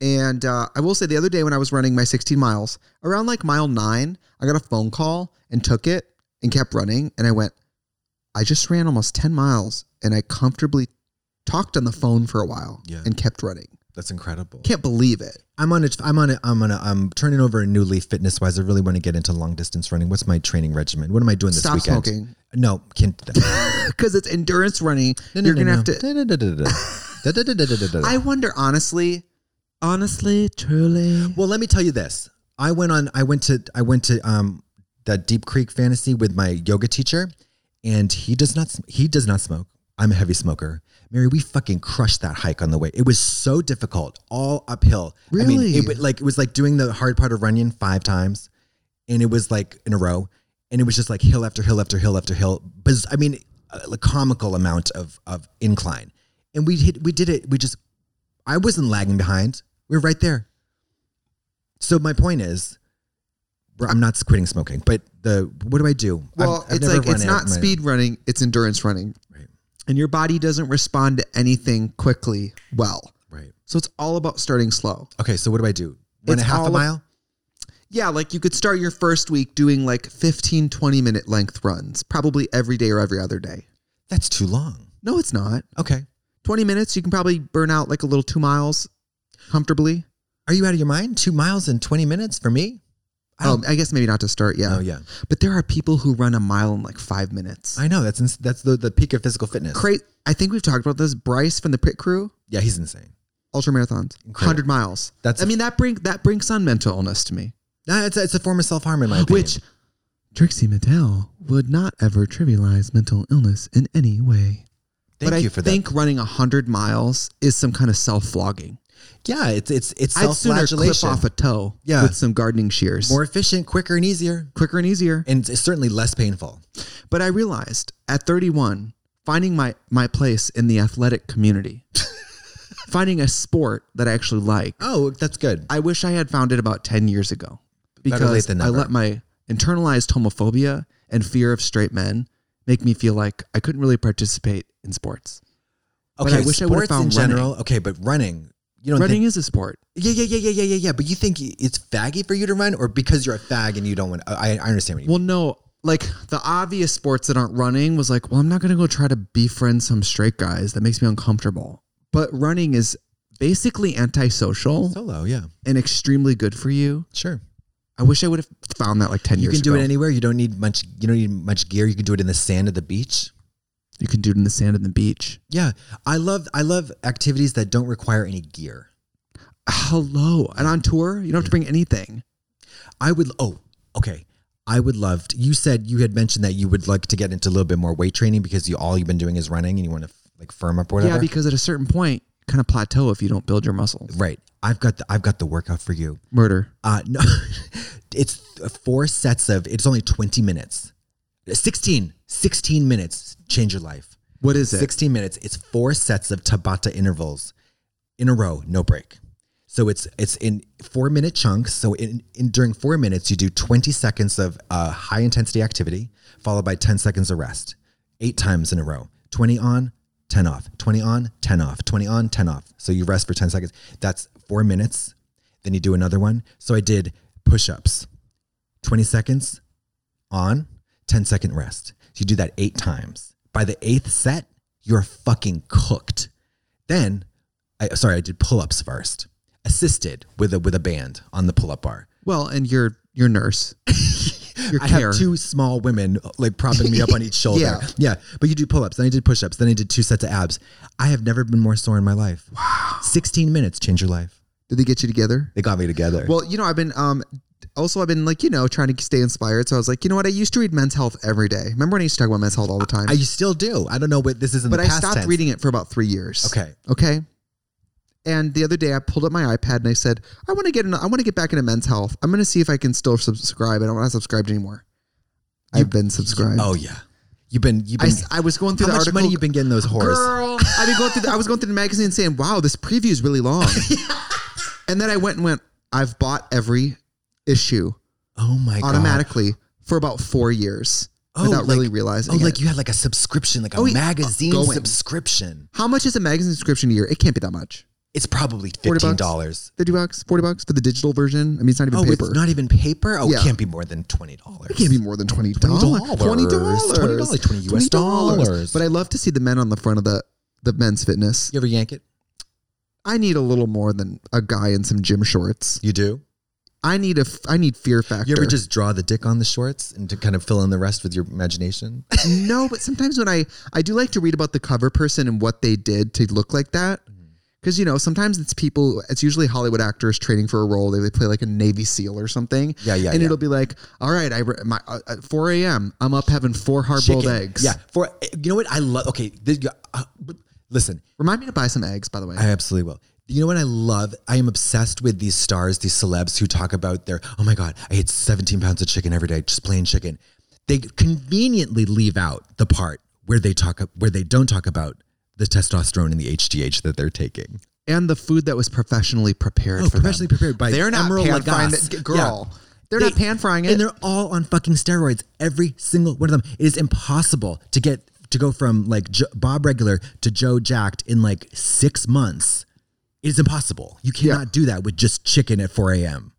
Speaker 2: And uh, I will say the other day when I was running my 16 miles, around like mile nine, I got a phone call and took it and kept running. And I went, I just ran almost 10 miles and I comfortably talked on the phone for a while
Speaker 1: Yeah.
Speaker 2: and kept running.
Speaker 1: That's incredible.
Speaker 2: Can't believe it.
Speaker 1: I'm on a, I'm on a, I'm on a, I'm turning over a new leaf fitness wise. I really want to get into long distance running. What's my training regimen? What am I doing this
Speaker 2: Stop
Speaker 1: weekend?
Speaker 2: smoking.
Speaker 1: No, can't. do that.
Speaker 2: because it's endurance running.
Speaker 1: No, no,
Speaker 2: You're
Speaker 1: no,
Speaker 2: gonna
Speaker 1: no.
Speaker 2: have to.
Speaker 1: Da, da, da, da, da. Da, da, da, da, da, da, da.
Speaker 2: I wonder, honestly, honestly, truly.
Speaker 1: Well, let me tell you this. I went on. I went to. I went to um that Deep Creek Fantasy with my yoga teacher, and he does not. sm- He does not smoke. I'm a heavy smoker. Mary, we fucking crushed that hike on the way. It was so difficult, all uphill. I mean,
Speaker 2: Really?
Speaker 1: it, wa- like it was like doing the hard part of Runyon five times, and it was like in a row, and it was just like hill after hill after hill after hill. But I mean, a, a comical amount of of incline, and we hit. We did it. We just. I wasn't lagging behind. We were right there. So my point is, I'm not quitting smoking, but the what do I do? I've-
Speaker 2: Well,
Speaker 1: I've
Speaker 2: it's
Speaker 1: never
Speaker 2: like
Speaker 1: run
Speaker 2: it's
Speaker 1: it.
Speaker 2: not
Speaker 1: My-
Speaker 2: speed running; it's endurance running,
Speaker 1: Right.
Speaker 2: and your body doesn't respond to anything quickly well.
Speaker 1: Right.
Speaker 2: So it's all about starting slow.
Speaker 1: Okay. So what do I do? Run
Speaker 2: It's
Speaker 1: a half
Speaker 2: all
Speaker 1: a
Speaker 2: of-
Speaker 1: mile.
Speaker 2: Yeah, like you could start your first week doing like 15, 20 minute length runs, probably every day or every other day.
Speaker 1: That's too long.
Speaker 2: No, it's not.
Speaker 1: Okay.
Speaker 2: 20 minutes, you can probably burn out like a little two miles comfortably.
Speaker 1: Are you out of your mind? Two miles in 20 minutes for me? I
Speaker 2: Um,
Speaker 1: don't-
Speaker 2: I guess maybe not to start. Yeah.
Speaker 1: Oh yeah.
Speaker 2: But there are people who run a mile in like five minutes.
Speaker 1: I know. That's ins- that's the, the peak of physical fitness.
Speaker 2: Great. I think we've talked about this. Bryce from the Pit Crew,
Speaker 1: Yeah, he's insane.
Speaker 2: ultra marathons, hundred miles.
Speaker 1: That's-
Speaker 2: I mean that bring that brings on mental illness to me,
Speaker 1: No, it's, a- it's a form of self harm in my opinion.
Speaker 2: which Trixie Mattel would not ever trivialize mental illness in any way.
Speaker 1: thank
Speaker 2: but
Speaker 1: you
Speaker 2: I
Speaker 1: for
Speaker 2: think running hundred miles is some kind of self flogging.
Speaker 1: that. Yeah, it's it's it's
Speaker 2: I'd
Speaker 1: self
Speaker 2: sooner clip
Speaker 1: flagellation.
Speaker 2: off a toe
Speaker 1: Yeah.
Speaker 2: with some gardening shears,
Speaker 1: More efficient, quicker, and easier,
Speaker 2: quicker and easier.
Speaker 1: and it's certainly less painful.
Speaker 2: But I realized at 31, finding my, my place in the athletic community, finding a sport that I actually like,
Speaker 1: Oh, that's good.
Speaker 2: I wish I had found it about 10 years ago
Speaker 1: Better late
Speaker 2: because
Speaker 1: than
Speaker 2: I
Speaker 1: never.
Speaker 2: let my internalized homophobia and fear of straight men make me feel like I couldn't really participate in sports. But
Speaker 1: Okay,
Speaker 2: I wish I
Speaker 1: sports
Speaker 2: would've found
Speaker 1: in general. Okay, but running, you don't
Speaker 2: Running
Speaker 1: think?
Speaker 2: is a sport.
Speaker 1: Yeah, yeah, yeah, yeah, yeah, yeah, yeah. But you think it's faggy for you to run, or because you're a fag and you don't want? I, I understand what you.
Speaker 2: Well, no, like the obvious sports that aren't running was like, well, I'm not going to go try to befriend some straight guys. That makes me uncomfortable. But running is basically antisocial.
Speaker 1: mean. Solo, yeah,
Speaker 2: and extremely good for you.
Speaker 1: sure.
Speaker 2: I wish I would have found that like ten
Speaker 1: You
Speaker 2: years ago.
Speaker 1: can do it anywhere. You don't need much. You don't need much gear. You can do it in the sand of the beach.
Speaker 2: you can do it in the sand and the beach.
Speaker 1: Yeah, I love I love activities that don't require any gear.
Speaker 2: Hello, and on tour, you don't have to bring anything.
Speaker 1: I would. Oh, okay. I would love. To, you said you had mentioned that you would like to get into a little bit more weight training because you all you've been doing is running and you want to like firm up or whatever.
Speaker 2: Yeah, because at a certain point, kind of plateau if you don't build your muscles.
Speaker 1: right. I've got the I've got the workout for you.
Speaker 2: Murder.
Speaker 1: Uh, no, it's th- four sets of, it's only 20 minutes. 16, 16 minutes change your life.
Speaker 2: What is it?
Speaker 1: 16 minutes. It's four sets of Tabata intervals in a row, no break. So it's it's in four minute chunks. So in, in during four minutes, you do 20 seconds of uh, high intensity activity, followed by 10 seconds of rest, eight times in a row. 20 on, 10 off, 20 on, 10 off, 20 on, 10 off. So you rest for 10 seconds. That's four minutes. Then you do another one. So I did push ups, 20 seconds, on, 10 second rest. You do that eight times. By the eighth set, you're fucking cooked. Then, I, sorry, I did pull ups first, assisted with a with a band on the pull up bar.
Speaker 2: Well, and your your nurse. Your
Speaker 1: I
Speaker 2: care.
Speaker 1: have two small women like propping me up on each shoulder.
Speaker 2: Yeah.
Speaker 1: But you do pull ups. Then I did push ups. Then I did two sets of abs. I have never been more sore in my life. Wow. 16 minutes change your life.
Speaker 2: Did they get you together?
Speaker 1: They got me together.
Speaker 2: Well, you know, I've been um also I've been like, you know, trying to stay inspired. So I was like, you know what? I used to read Men's Health every day. Remember when I used to talk about Men's Health all the time?
Speaker 1: I still do. I don't know what this is in
Speaker 2: but
Speaker 1: the
Speaker 2: I
Speaker 1: past
Speaker 2: stopped
Speaker 1: tense.
Speaker 2: reading it for about 3 years.
Speaker 1: Okay.
Speaker 2: Okay. And the other day I pulled up my iPad and I said, I want to get in, I want to get back into Men's Health. I'm going to see if I can still subscribe. I don't want to subscribe anymore. I've been subscribed.
Speaker 1: Oh yeah. You've been you've
Speaker 2: I,
Speaker 1: been
Speaker 2: s- I was going through
Speaker 1: how
Speaker 2: the
Speaker 1: much
Speaker 2: article.
Speaker 1: money you been getting those whores?
Speaker 2: Girl, I've been going through. The, I was going through the magazine saying, "Wow, this preview is really long," and then I went and went. I've bought every issue
Speaker 1: Oh my god.
Speaker 2: automatically for about four years without
Speaker 1: like-
Speaker 2: really realizing.
Speaker 1: Oh,
Speaker 2: it.
Speaker 1: like you had like a subscription, like a
Speaker 2: Oh, yeah,
Speaker 1: magazine
Speaker 2: going.
Speaker 1: subscription.
Speaker 2: how much is a magazine subscription a year? It can't be that much.
Speaker 1: It's probably
Speaker 2: 40 bucks?
Speaker 1: fifteen dollars.
Speaker 2: Fifty bucks, forty bucks for the digital version. I mean, it's not even
Speaker 1: Oh,
Speaker 2: paper.
Speaker 1: it's not even paper. Oh,
Speaker 2: Yeah.
Speaker 1: it can't be more than twenty dollars.
Speaker 2: it can't be more than twenty dollars.
Speaker 1: $20.
Speaker 2: Twenty dollars.
Speaker 1: $20, 20 US dollars.
Speaker 2: But I love to see the men on the front of the the men's fitness.
Speaker 1: You ever yank it?
Speaker 2: I need a little more than a guy in some gym shorts.
Speaker 1: You do.
Speaker 2: I need a f- I need fear factor.
Speaker 1: You ever just draw the dick on the shorts and to kind of fill in the rest with your imagination?
Speaker 2: no, but sometimes when I I do like to read about the cover person and what they did to look like that.
Speaker 1: Mm-hmm.
Speaker 2: Because you know, sometimes it's people. It's usually Hollywood actors training for a role. They, they play like a Navy SEAL or something.
Speaker 1: Yeah, yeah,
Speaker 2: And
Speaker 1: yeah.
Speaker 2: it'll be like, all right, I re- my uh, at 4 a.m. I'm up having four hard boiled
Speaker 1: Chicken.
Speaker 2: eggs.
Speaker 1: Yeah. For eh, you know what I love. Okay. This, uh, but listen,
Speaker 2: Remind me to buy some eggs, by the way.
Speaker 1: I absolutely will. You know what I love? I am obsessed with these stars, these celebs who talk about their, oh my God, I ate 17 pounds of chicken every day, just plain chicken. They conveniently leave out the part where they talk where they don't talk about the testosterone and the HGH that they're taking.
Speaker 2: and the food that was professionally prepared.
Speaker 1: Oh,
Speaker 2: for them.
Speaker 1: professionally prepared by
Speaker 2: They're not
Speaker 1: Emeril
Speaker 2: pan frying
Speaker 1: Lagasse.
Speaker 2: it, girl.
Speaker 1: Yeah.
Speaker 2: They're not
Speaker 1: They-
Speaker 2: pan frying it.
Speaker 1: And they're all on fucking steroids, every single one of them. It is impossible to get to go from like J- Bob Regular to Joe Jacked in like six months. It is impossible. You cannot do that with just chicken at 4 a.m.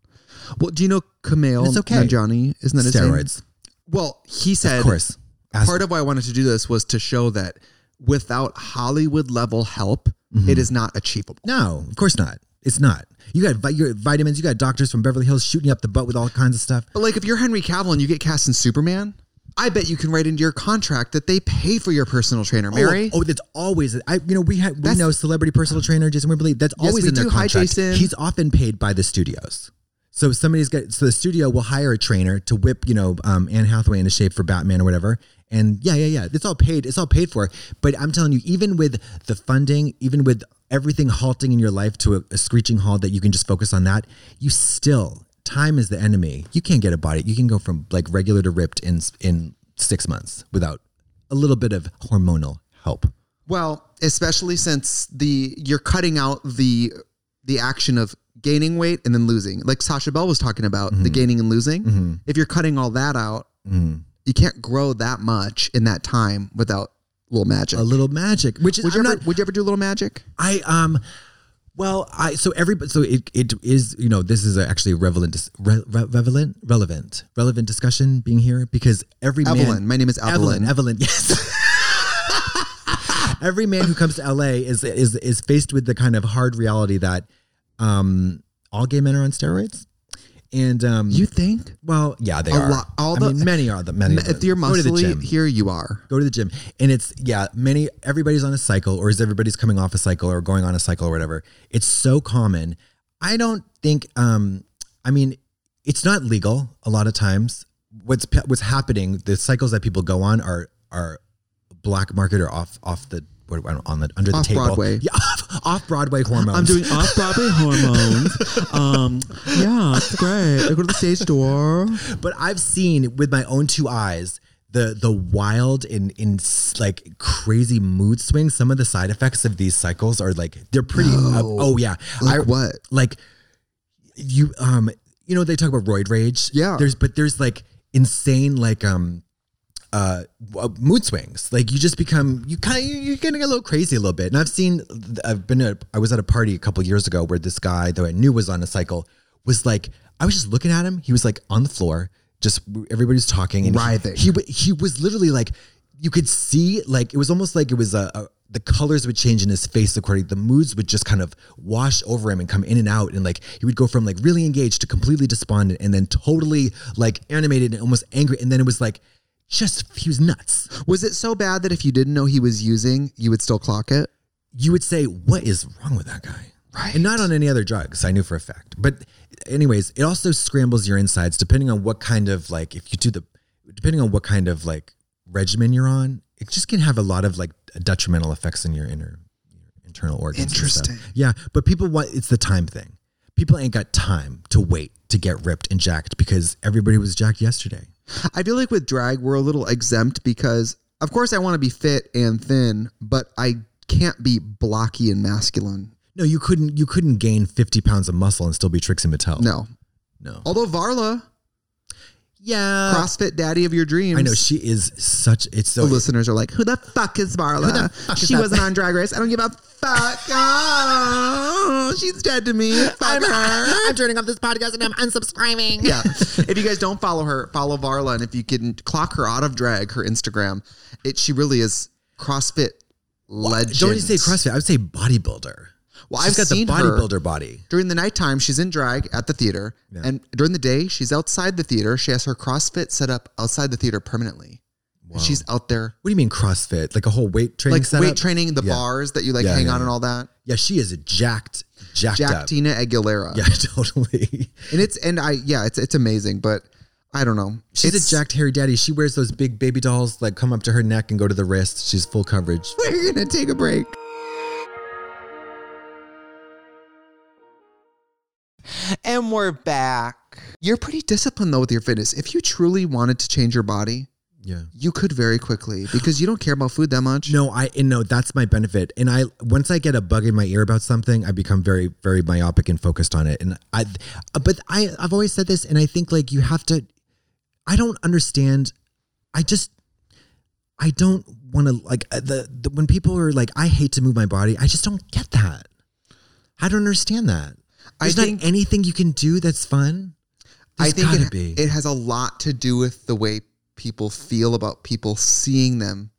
Speaker 2: well, do you know Kamel
Speaker 1: It's okay.
Speaker 2: Nanjiani? Isn't that his name?
Speaker 1: Steroids.
Speaker 2: Well, he said,
Speaker 1: Of course. Ask-
Speaker 2: part of why I wanted to do this was to show that without Hollywood level help,
Speaker 1: Mm-hmm.
Speaker 2: it is not achievable.
Speaker 1: no, of course not. It's not. You got vi- your vitamins, you got doctors from Beverly Hills shooting you up the butt with all kinds of stuff.
Speaker 2: But like if you're Henry Cavill and you get cast in Superman, I bet you can write into your contract that they pay for your personal trainer, Mary.
Speaker 1: Oh, that's always. I you know we ha- we
Speaker 2: That's-
Speaker 1: know celebrity personal trainer Jason Wimberly. That's
Speaker 2: Yes,
Speaker 1: always
Speaker 2: we
Speaker 1: in their
Speaker 2: do. Hi,
Speaker 1: contract.
Speaker 2: Jason.
Speaker 1: He's often paid by the studios. So somebody's got so the studio will hire a trainer to whip you know um, Anne Hathaway into shape for Batman or whatever. And yeah, yeah, yeah. It's all paid. It's all paid for. But I'm telling you, even with the funding, even with everything halting in your life to a, a screeching halt that you can just focus on that, you still time is the enemy. You can't get a body. You can go from like regular to ripped in s- in six months without a little bit of hormonal help.
Speaker 2: Well, especially since the you're cutting out the the action of gaining weight and then losing. Like Sasha Bell was talking about
Speaker 1: Mm-hmm.
Speaker 2: the gaining and losing. If you're cutting all that out, you can't grow that much in that time without little magic.
Speaker 1: A little magic, which is
Speaker 2: would you
Speaker 1: I'm
Speaker 2: ever
Speaker 1: not.
Speaker 2: would you ever do a little magic?
Speaker 1: I um, well, I so every so it, it is you know this is actually a relevant dis- re, re, relevant relevant relevant discussion being here because every
Speaker 2: Evelyn.
Speaker 1: man
Speaker 2: My name is
Speaker 1: Evelyn
Speaker 2: Evelyn.
Speaker 1: Evelyn yes. Every man who comes to LA is is is faced with the kind of hard reality that um, all gay men are on steroids, and um,
Speaker 2: You think?
Speaker 1: well, yeah, they
Speaker 2: A
Speaker 1: are.
Speaker 2: lot- all
Speaker 1: I
Speaker 2: the-
Speaker 1: mean, many are the many. of them.
Speaker 2: If you're
Speaker 1: Go to the
Speaker 2: muscly,
Speaker 1: gym.
Speaker 2: here you are.
Speaker 1: go to the gym and it's yeah many everybody's on a cycle or is everybody's coming off a cycle or going on a cycle or whatever it's so common i don't think um i mean it's not legal a lot of times what's pe- what's happening the cycles that people go on are are black market or off off the what, I don't- on the under the table
Speaker 2: Off-Broadway.
Speaker 1: yeah off, off broadway hormones
Speaker 2: I'm doing off Broadway hormones. Um, yeah, it's great. I go to the stage door.
Speaker 1: but I've seen with my own two eyes the the wild and in like crazy mood swings. Some of the side effects of these cycles are like they're pretty. uh, oh yeah,
Speaker 2: Like what?
Speaker 1: Like you um you know they talk about roid rage.
Speaker 2: Yeah.
Speaker 1: there's but there's like insane like um uh w- mood swings like you just become you kind of you're getting a little crazy a little bit and i've seen i've been at i was at a party a couple years ago where this guy that i knew was on a cycle was like i was just looking at him he was like on the floor just everybody's talking and he-
Speaker 2: Writhing.
Speaker 1: he, wa- he was literally like you could see like it was almost like it was a, a the colors would change in his face according the moods would just kind of wash over him and come in and out and like he would go from like really engaged to completely despondent and then totally like animated and almost angry and then it was like just he was nuts
Speaker 2: Was it so bad that if you didn't know he was using, you would still clock it?
Speaker 1: you would say what is wrong with that guy
Speaker 2: Right.
Speaker 1: and not on any other drugs i knew for a fact but anyways it also scrambles your insides depending on what kind of like if you do the depending on what kind of like regimen you're on it just can have a lot of like detrimental effects in your inner your internal organs and stuff.
Speaker 2: Interesting.
Speaker 1: yeah but people want it's the time thing people ain't got time to wait to get ripped and jacked because everybody was jacked yesterday
Speaker 2: I feel like with drag, we're a little exempt because, of course, I want to be fit and thin, but I can't be blocky and masculine.
Speaker 1: no you couldn't you couldn't gain 50 pounds of muscle and still be trixie mattel
Speaker 2: No.
Speaker 1: no
Speaker 2: Although Varla,
Speaker 1: yeah
Speaker 2: CrossFit daddy of your dreams.
Speaker 1: i know she is such it's so
Speaker 2: the listeners are like, who the fuck is Varla?
Speaker 1: fuck is
Speaker 2: she
Speaker 1: that-
Speaker 2: wasn't on Drag Race. I don't give a fuck. Oh, she's dead to me. Fuck her.
Speaker 3: I'm turning off this podcast and I'm unsubscribing.
Speaker 2: yeah. If you guys don't follow her, follow Varla, and if you can clock her out of drag, her Instagram, it she really is CrossFit legend.
Speaker 1: Don't even say CrossFit. I would say bodybuilder.
Speaker 2: Well,
Speaker 1: She's
Speaker 2: I've
Speaker 1: got
Speaker 2: seen
Speaker 1: the
Speaker 2: her.
Speaker 1: bodybuilder body.
Speaker 2: During the nighttime, she's in drag at the theater, and during the day, she's outside the theater. She has her CrossFit set up outside the theater permanently. And she's out there,
Speaker 1: What do you mean CrossFit? Like a whole weight training
Speaker 2: like
Speaker 1: setup?
Speaker 2: weight training, the
Speaker 1: Yeah.
Speaker 2: bars that you like
Speaker 1: Yeah,
Speaker 2: hang
Speaker 1: yeah,
Speaker 2: on and
Speaker 1: yeah.
Speaker 2: all that.
Speaker 1: Yeah, she is jacked, jacked
Speaker 2: Jack
Speaker 1: up.
Speaker 2: Tina Aguilera.
Speaker 1: Yeah, totally.
Speaker 2: and it's and I yeah, it's it's amazing, but I don't know.
Speaker 1: She's
Speaker 2: it's,
Speaker 1: a jacked hairy daddy. She wears those big baby dolls that come up to her neck and go to the wrist. She's full coverage.
Speaker 2: We're gonna take a break. And we're back. You're pretty disciplined though with your fitness. If you truly wanted to change your body,
Speaker 1: Yeah.
Speaker 2: you could very quickly because you don't care about food that much.
Speaker 1: No, I and no, that's my benefit. And I once I get a bug in my ear about something, I become very, very myopic and focused on it. And I, uh, but I, I've always said this, and I think like you have to. I don't understand. I just, I don't want to like uh, the, the when people are like, I hate to move my body. I just don't get that. I don't understand that.
Speaker 2: I
Speaker 1: There's not
Speaker 2: think-
Speaker 1: anything you can do that's fun.
Speaker 2: I
Speaker 1: There's
Speaker 2: think
Speaker 1: gotta
Speaker 2: it,
Speaker 1: be.
Speaker 2: it has a lot to do with the way people feel about people seeing them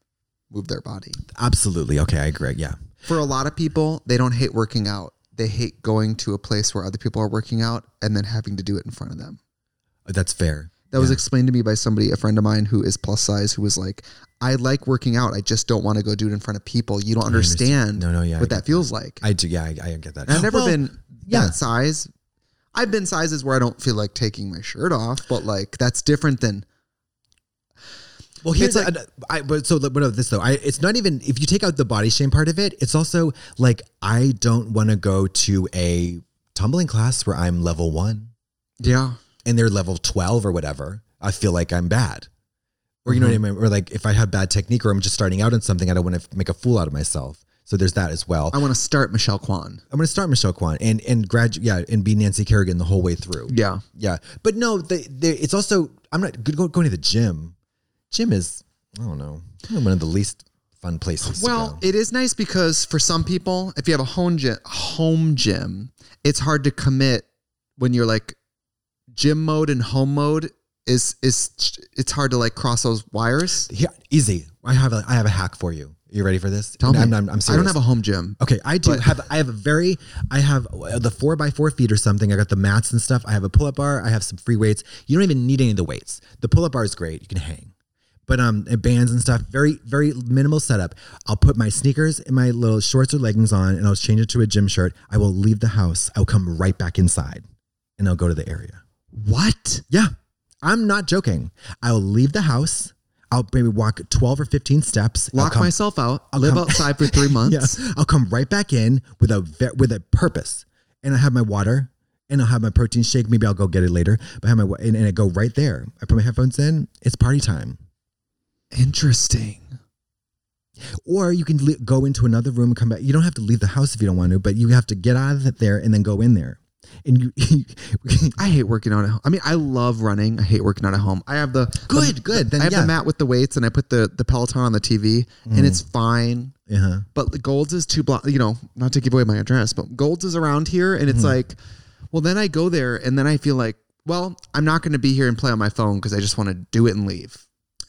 Speaker 2: move their body.
Speaker 1: Absolutely. Okay, I agree. Yeah.
Speaker 2: For a lot of people, they don't hate working out. They hate going to a place where other people are working out and then having to do it in front of them.
Speaker 1: That's fair.
Speaker 2: That was
Speaker 1: Yeah.
Speaker 2: explained to me by somebody, a friend of mine who is plus size, who was like, I like working out. I just don't want to go do it in front of people. You don't understand,
Speaker 1: understand. No, no, yeah, I
Speaker 2: what
Speaker 1: get
Speaker 2: that feels like.
Speaker 1: I do. Yeah, I, I get that.
Speaker 2: and I've never
Speaker 1: Well,
Speaker 2: been
Speaker 1: yeah.
Speaker 2: that size. I've been sizes where I don't feel like taking my shirt off, but like that's different than
Speaker 1: Well,
Speaker 2: It's
Speaker 1: here's
Speaker 2: like-
Speaker 1: like, I, but so but no, this though, I it's not even if you take out the body shame part of it, it's also like I don't want to go to a tumbling class where I'm level one
Speaker 2: yeah.
Speaker 1: and they're level twelve or whatever. I feel like I'm bad, or you know what I mean, or like if I have bad technique or I'm just starting out in something, I don't want to make a fool out of myself. So there's that as well.
Speaker 2: I want to start Michelle Kwan.
Speaker 1: I'm going to start Michelle Kwan and and graduate, yeah, and be Nancy Kerrigan the whole way through.
Speaker 2: Yeah.
Speaker 1: Yeah, but no, the, the, it's also I'm not good go- going to the gym. Gym is I don't know probably one of the least fun places.
Speaker 2: Well,
Speaker 1: to go.
Speaker 2: it is nice because for some people, if you have a home gym, home gym, it's hard to commit when you're like gym mode and home mode is is it's hard to like cross those wires.
Speaker 1: yeah, easy. I have a, I have a hack for you. You ready for this?
Speaker 2: Tell me,
Speaker 1: I'm, I'm, I'm
Speaker 2: I
Speaker 1: serious.
Speaker 2: don't have a home gym.
Speaker 1: Okay, I do
Speaker 2: But-
Speaker 1: have. I have a very. I have uh, the four by four feet or something. I got the mats and stuff. I have a pull up bar. I have some free weights. You don't even need any of the weights. The pull up bar is great. You can hang, but um, and bands and stuff. Very very minimal setup. I'll put my sneakers and my little shorts or leggings on, and I'll change it to a gym shirt. I will leave the house. I'll come right back inside, and I'll go to the area.
Speaker 2: What?
Speaker 1: Yeah, I'm not joking. I'll leave the house. I'll maybe walk 12 or 15 steps. I'll
Speaker 2: Lock
Speaker 1: come-
Speaker 2: myself out. live
Speaker 1: come-
Speaker 2: outside for three months.
Speaker 1: yeah, I'll come right back in with a ve- with a purpose, and I will have my water, and I'll have my protein shake. Maybe I'll go get it later, but I have my wa- and, and I go right there. I put my headphones in. It's party time.
Speaker 2: Interesting.
Speaker 1: Or you can le- go into another room and come back. You don't have to leave the house if you don't want to, but you have to get out of there and then go in there. And you,
Speaker 2: I hate working out at home. I mean, I love running. I hate working out at home. I have the
Speaker 1: Good,
Speaker 2: the-
Speaker 1: good. Then,
Speaker 2: I have
Speaker 1: yeah. Mm.
Speaker 2: the mat with the weights, and I put the the Peloton on the TV, and it's fine.
Speaker 1: uh
Speaker 2: but the Golds is two block. You know, not to give away my address, but Golds is around here, and
Speaker 1: Mm-hmm.
Speaker 2: it's like, well, then I go there, and then I feel like, well, I'm not going to be here and play on my phone because I just want to do it and leave.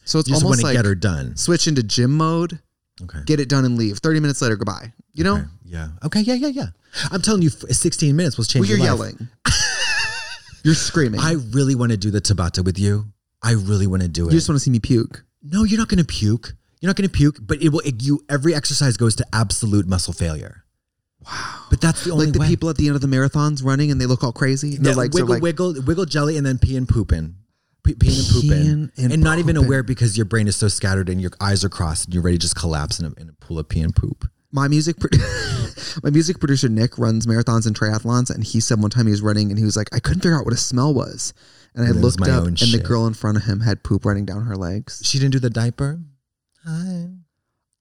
Speaker 2: So it's
Speaker 1: you just want
Speaker 2: almost
Speaker 1: to
Speaker 2: like
Speaker 1: get her done.
Speaker 2: switch into gym mode
Speaker 1: Okay.
Speaker 2: Get it done and leave. 30 minutes later, goodbye. You know?
Speaker 1: Okay, Yeah. Okay. Yeah. Yeah. Yeah. I'm telling you, f- 16 minutes will change.
Speaker 2: Well, you're
Speaker 1: your life.
Speaker 2: yelling. you're screaming.
Speaker 1: I really want to do the Tabata with you. I really want to do it.
Speaker 2: you just want to see me puke.
Speaker 1: no, you're not going to puke. You're not going to puke, but it will. It, you every exercise goes to absolute muscle failure. Wow. But that's the only
Speaker 2: Like the
Speaker 1: way.
Speaker 2: people at the end of the marathons running and they look all crazy. And their
Speaker 1: Yeah,
Speaker 2: legs
Speaker 1: wiggle,
Speaker 2: are like,
Speaker 1: wiggle, wiggle jelly, and then pee and pooping. Pe- peeing and pooping,
Speaker 2: Peeing and
Speaker 1: not even
Speaker 2: pooping.
Speaker 1: aware because your brain is so scattered and your eyes are crossed and you're ready to just collapse in a, in a pool of pee and poop.
Speaker 2: my music pro- my music producer Nick runs marathons and triathlons and he said one time he was running and he was like I couldn't figure out what a smell was and I
Speaker 1: And it was
Speaker 2: looked
Speaker 1: my
Speaker 2: up
Speaker 1: own
Speaker 2: and the
Speaker 1: shit.
Speaker 2: girl in front of him had poop running down her legs
Speaker 1: She didn't do the diaper. Hi.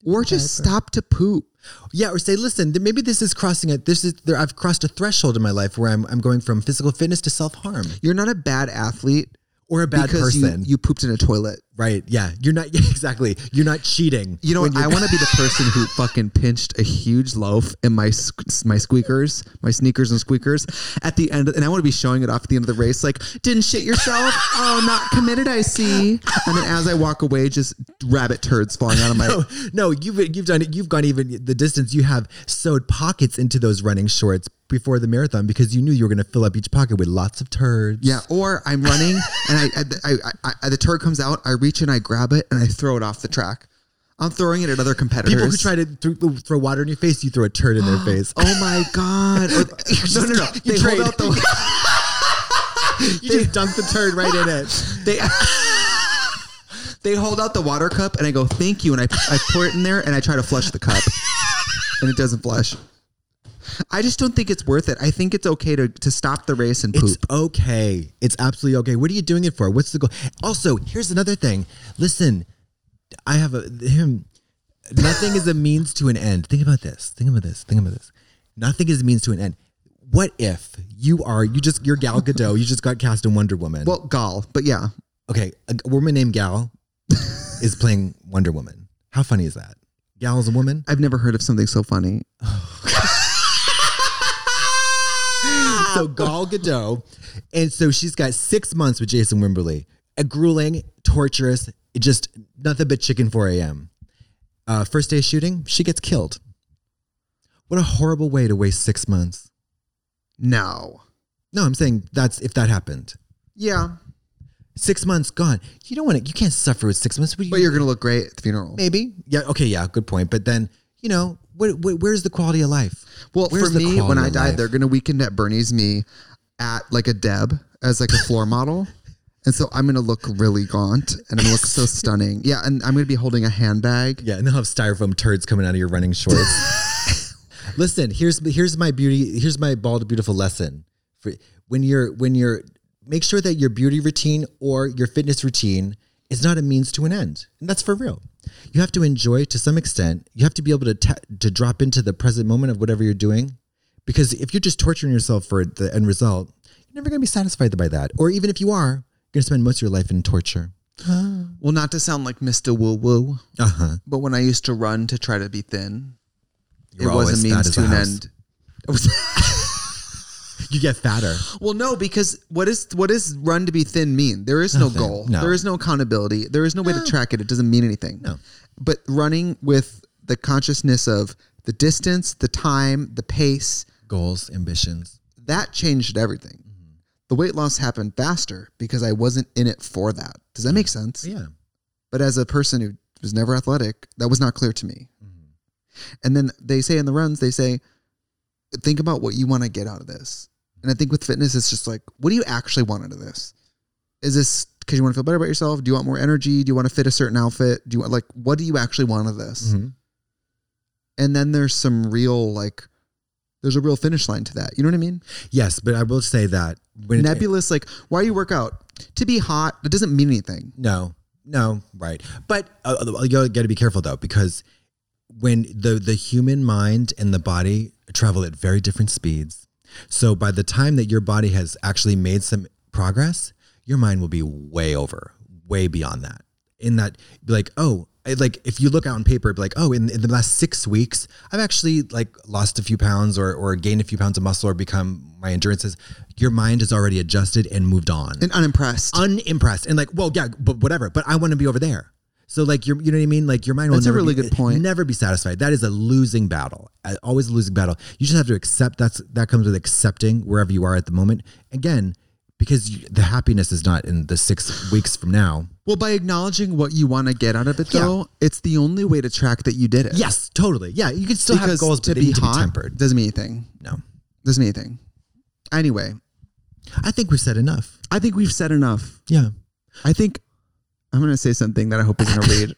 Speaker 2: or just stop to poop
Speaker 1: Yeah, or say, listen, th- maybe this is crossing it. This is there. I've crossed a threshold in my life where I'm I'm going from physical fitness to self harm
Speaker 2: you're not a bad athlete
Speaker 1: or a bad
Speaker 2: because you-
Speaker 1: person.
Speaker 2: You, pooped in a toilet
Speaker 1: right? Yeah, you're not yeah, exactly. You're not cheating.
Speaker 2: you know
Speaker 1: when
Speaker 2: what? I
Speaker 1: you're-
Speaker 2: want to be the person who fucking pinched a huge loaf in my sque- my squeakers, my sneakers and squeakers at the end, and I want to be showing it off at the end of the race. Like, didn't shit yourself? Oh, not committed. I see. And then as I walk away, just rabbit turds falling out of my.
Speaker 1: No, you've you've done it. You've gone even the distance. You have sewed pockets into those running shorts before the marathon because you knew you were going to fill up each pocket with lots of turds.
Speaker 2: Yeah, or I'm running and I, I, I, I the turd comes out. I reach and I grab it and I throw it off the track. I'm throwing it at other competitors.
Speaker 1: people who try to th- throw water in your face, you throw a turd in their face.
Speaker 2: Oh my god! Or- no, no, no.
Speaker 1: You
Speaker 2: They
Speaker 1: trade.
Speaker 2: hold out the.
Speaker 1: you just dunk the turd right in it.
Speaker 2: they they hold out the water cup and I go thank you and I I pour it in there and I try to flush the cup and it doesn't flush. I just don't think it's worth it. I think it's okay to, to stop the race and poop.
Speaker 1: It's okay. It's absolutely okay. What are you doing it for? What's the goal? Also, here's another thing. Listen, I have a him. Nothing is a means to an end. Think about this. Think about this. Think about this. Nothing is a means to an end. What if you are you just you're Gal Gadot? You just got cast in Wonder Woman.
Speaker 2: well, gall, but yeah,
Speaker 1: okay, a g- woman named Gal is playing Wonder Woman. How funny is that? Gal is a woman.
Speaker 2: I've never heard of something so funny.
Speaker 1: so Gal Gadot, and so she's got six months with Jason Wimberly. A grueling, torturous, just nothing but chicken 4 a.m. Uh, first day of shooting, she gets killed. What a horrible way to waste six months.
Speaker 2: No.
Speaker 1: No, I'm saying that's if that happened.
Speaker 2: Yeah,
Speaker 1: Six months gone. You don't want to. You can't suffer with six months. What do you-
Speaker 2: but you're gonna look great at the funeral.
Speaker 1: maybe. Yeah. Okay. Yeah. Good point. But then you know, what, what, where's the quality of life?
Speaker 2: Well,
Speaker 1: Where's
Speaker 2: for
Speaker 1: the
Speaker 2: me, when
Speaker 1: quality
Speaker 2: I
Speaker 1: of
Speaker 2: die,
Speaker 1: life?
Speaker 2: they're gonna weekend at Bernie's me at like a Deb as like a floor model. And so I'm gonna look really gaunt and I'm gonna look so stunning. Yeah, and I'm gonna be holding a handbag.
Speaker 1: Yeah, and they'll have styrofoam turds coming out of your running shorts. Listen, here's here's my beauty. Here's my bald beautiful lesson. For when you're when you're make sure that your beauty routine or your fitness routine is not a means to an end, and that's for real. You have to enjoy to some extent. You have to be able to ta to drop into the present moment of whatever you're doing, because if you're just torturing yourself for the end result, you're never going to be satisfied by that. Or even if you are, you're going to spend most of your life in torture.
Speaker 2: Well, not to sound like Mr. Woo Woo,
Speaker 1: Uh huh.
Speaker 2: but when I used to run to try to be thin,
Speaker 1: were
Speaker 2: it was
Speaker 1: always
Speaker 2: a
Speaker 1: fat
Speaker 2: means
Speaker 1: as
Speaker 2: to
Speaker 1: a
Speaker 2: an
Speaker 1: house.
Speaker 2: end.
Speaker 1: You get fatter.
Speaker 2: Well, no, because what is what is run to be thin mean? There is no
Speaker 1: Nothing.
Speaker 2: goal.
Speaker 1: No.
Speaker 2: There is no accountability. There is no way to track it. It doesn't mean anything.
Speaker 1: No.
Speaker 2: But running with the consciousness of the distance, the time, the pace,
Speaker 1: Goals, ambitions.
Speaker 2: that changed everything. The weight loss happened faster because I wasn't in it for that. Does that make sense?
Speaker 1: Yeah.
Speaker 2: But as a person who was never athletic, that was not clear to me. And then they say in the runs, they say, think about what you want to get out of this. And I think with fitness, it's just like, what do you actually want out of this? Is this because you want to feel better about yourself? Do you want more energy? Do you want to fit a certain outfit? Do you want, like, what do you actually want out of this?
Speaker 1: Mm-hmm.
Speaker 2: And then there's some real, like, there's a real finish line to that. You know what I mean?
Speaker 1: Yes, but I will say that when
Speaker 2: nebulous like why you work out to be hot it doesn't mean anything
Speaker 1: no, no, right. But uh, you got to be careful though, because when the the human mind and the body travel at very different speeds, so by the time that your body has actually made some progress, your mind will be way over, way beyond that. In that, be like, oh. I- Like if you look out on paper, it'd be like, oh, in, in the last six weeks, I've actually like lost a few pounds or or gained a few pounds of muscle or become my endurance is. Your mind has already adjusted and moved on.
Speaker 2: and unimpressed
Speaker 1: unimpressed and like, well, yeah, but whatever. But I want to be over there. So like your, you know what I mean? Like your mind will
Speaker 2: That's a
Speaker 1: never
Speaker 2: really
Speaker 1: be,
Speaker 2: good point.
Speaker 1: Never be satisfied. That is a losing battle. Uh, Always a losing battle. You just have to accept. That's that comes with accepting wherever you are at the moment. Again, because you, the happiness is not in the six weeks from now.
Speaker 2: Well, by acknowledging what you want to get out of it, though, it's the only way to track that you did it.
Speaker 1: Yes, totally. Yeah, you can still have
Speaker 2: Because
Speaker 1: goals,
Speaker 2: to
Speaker 1: but they
Speaker 2: be
Speaker 1: need
Speaker 2: hot
Speaker 1: to be tempered.
Speaker 2: doesn't mean anything.
Speaker 1: No,
Speaker 2: Doesn't mean anything. Anyway,
Speaker 1: I think we've said enough.
Speaker 2: I think we've said enough.
Speaker 1: Yeah,
Speaker 2: I think I'm going to say something that I hope isn't a read.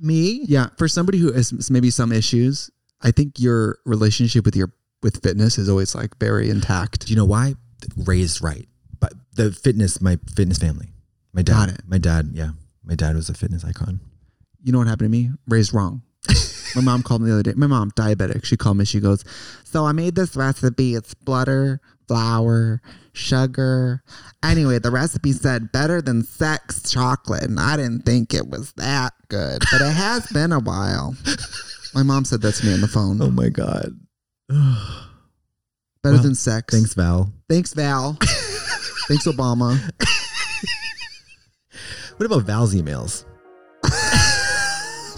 Speaker 1: me.
Speaker 2: Yeah, for somebody who has maybe some issues, I think your relationship with your with fitness is always like very intact.
Speaker 1: Do you know why? Raised right, but the fitness, my fitness family, my dad,
Speaker 2: Got it.
Speaker 1: my dad, yeah, my dad was a fitness icon.
Speaker 2: you know what happened to me? Raised wrong. My mom called me the other day. My mom, diabetic, she called me. She goes, So I made this recipe. It's butter, flour, sugar. Anyway, the recipe said better than sex chocolate. And I didn't think it was that good, but it has been a while. My mom said that to me on the phone.
Speaker 1: my god!
Speaker 2: better
Speaker 1: Oh, well,
Speaker 2: than sex.
Speaker 1: Thanks, Val.
Speaker 2: Thanks Val. thanks, Obama.
Speaker 1: What about Val's emails?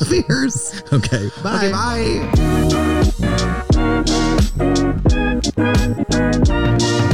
Speaker 2: Cheers.
Speaker 1: Okay, bye.
Speaker 2: Okay, bye.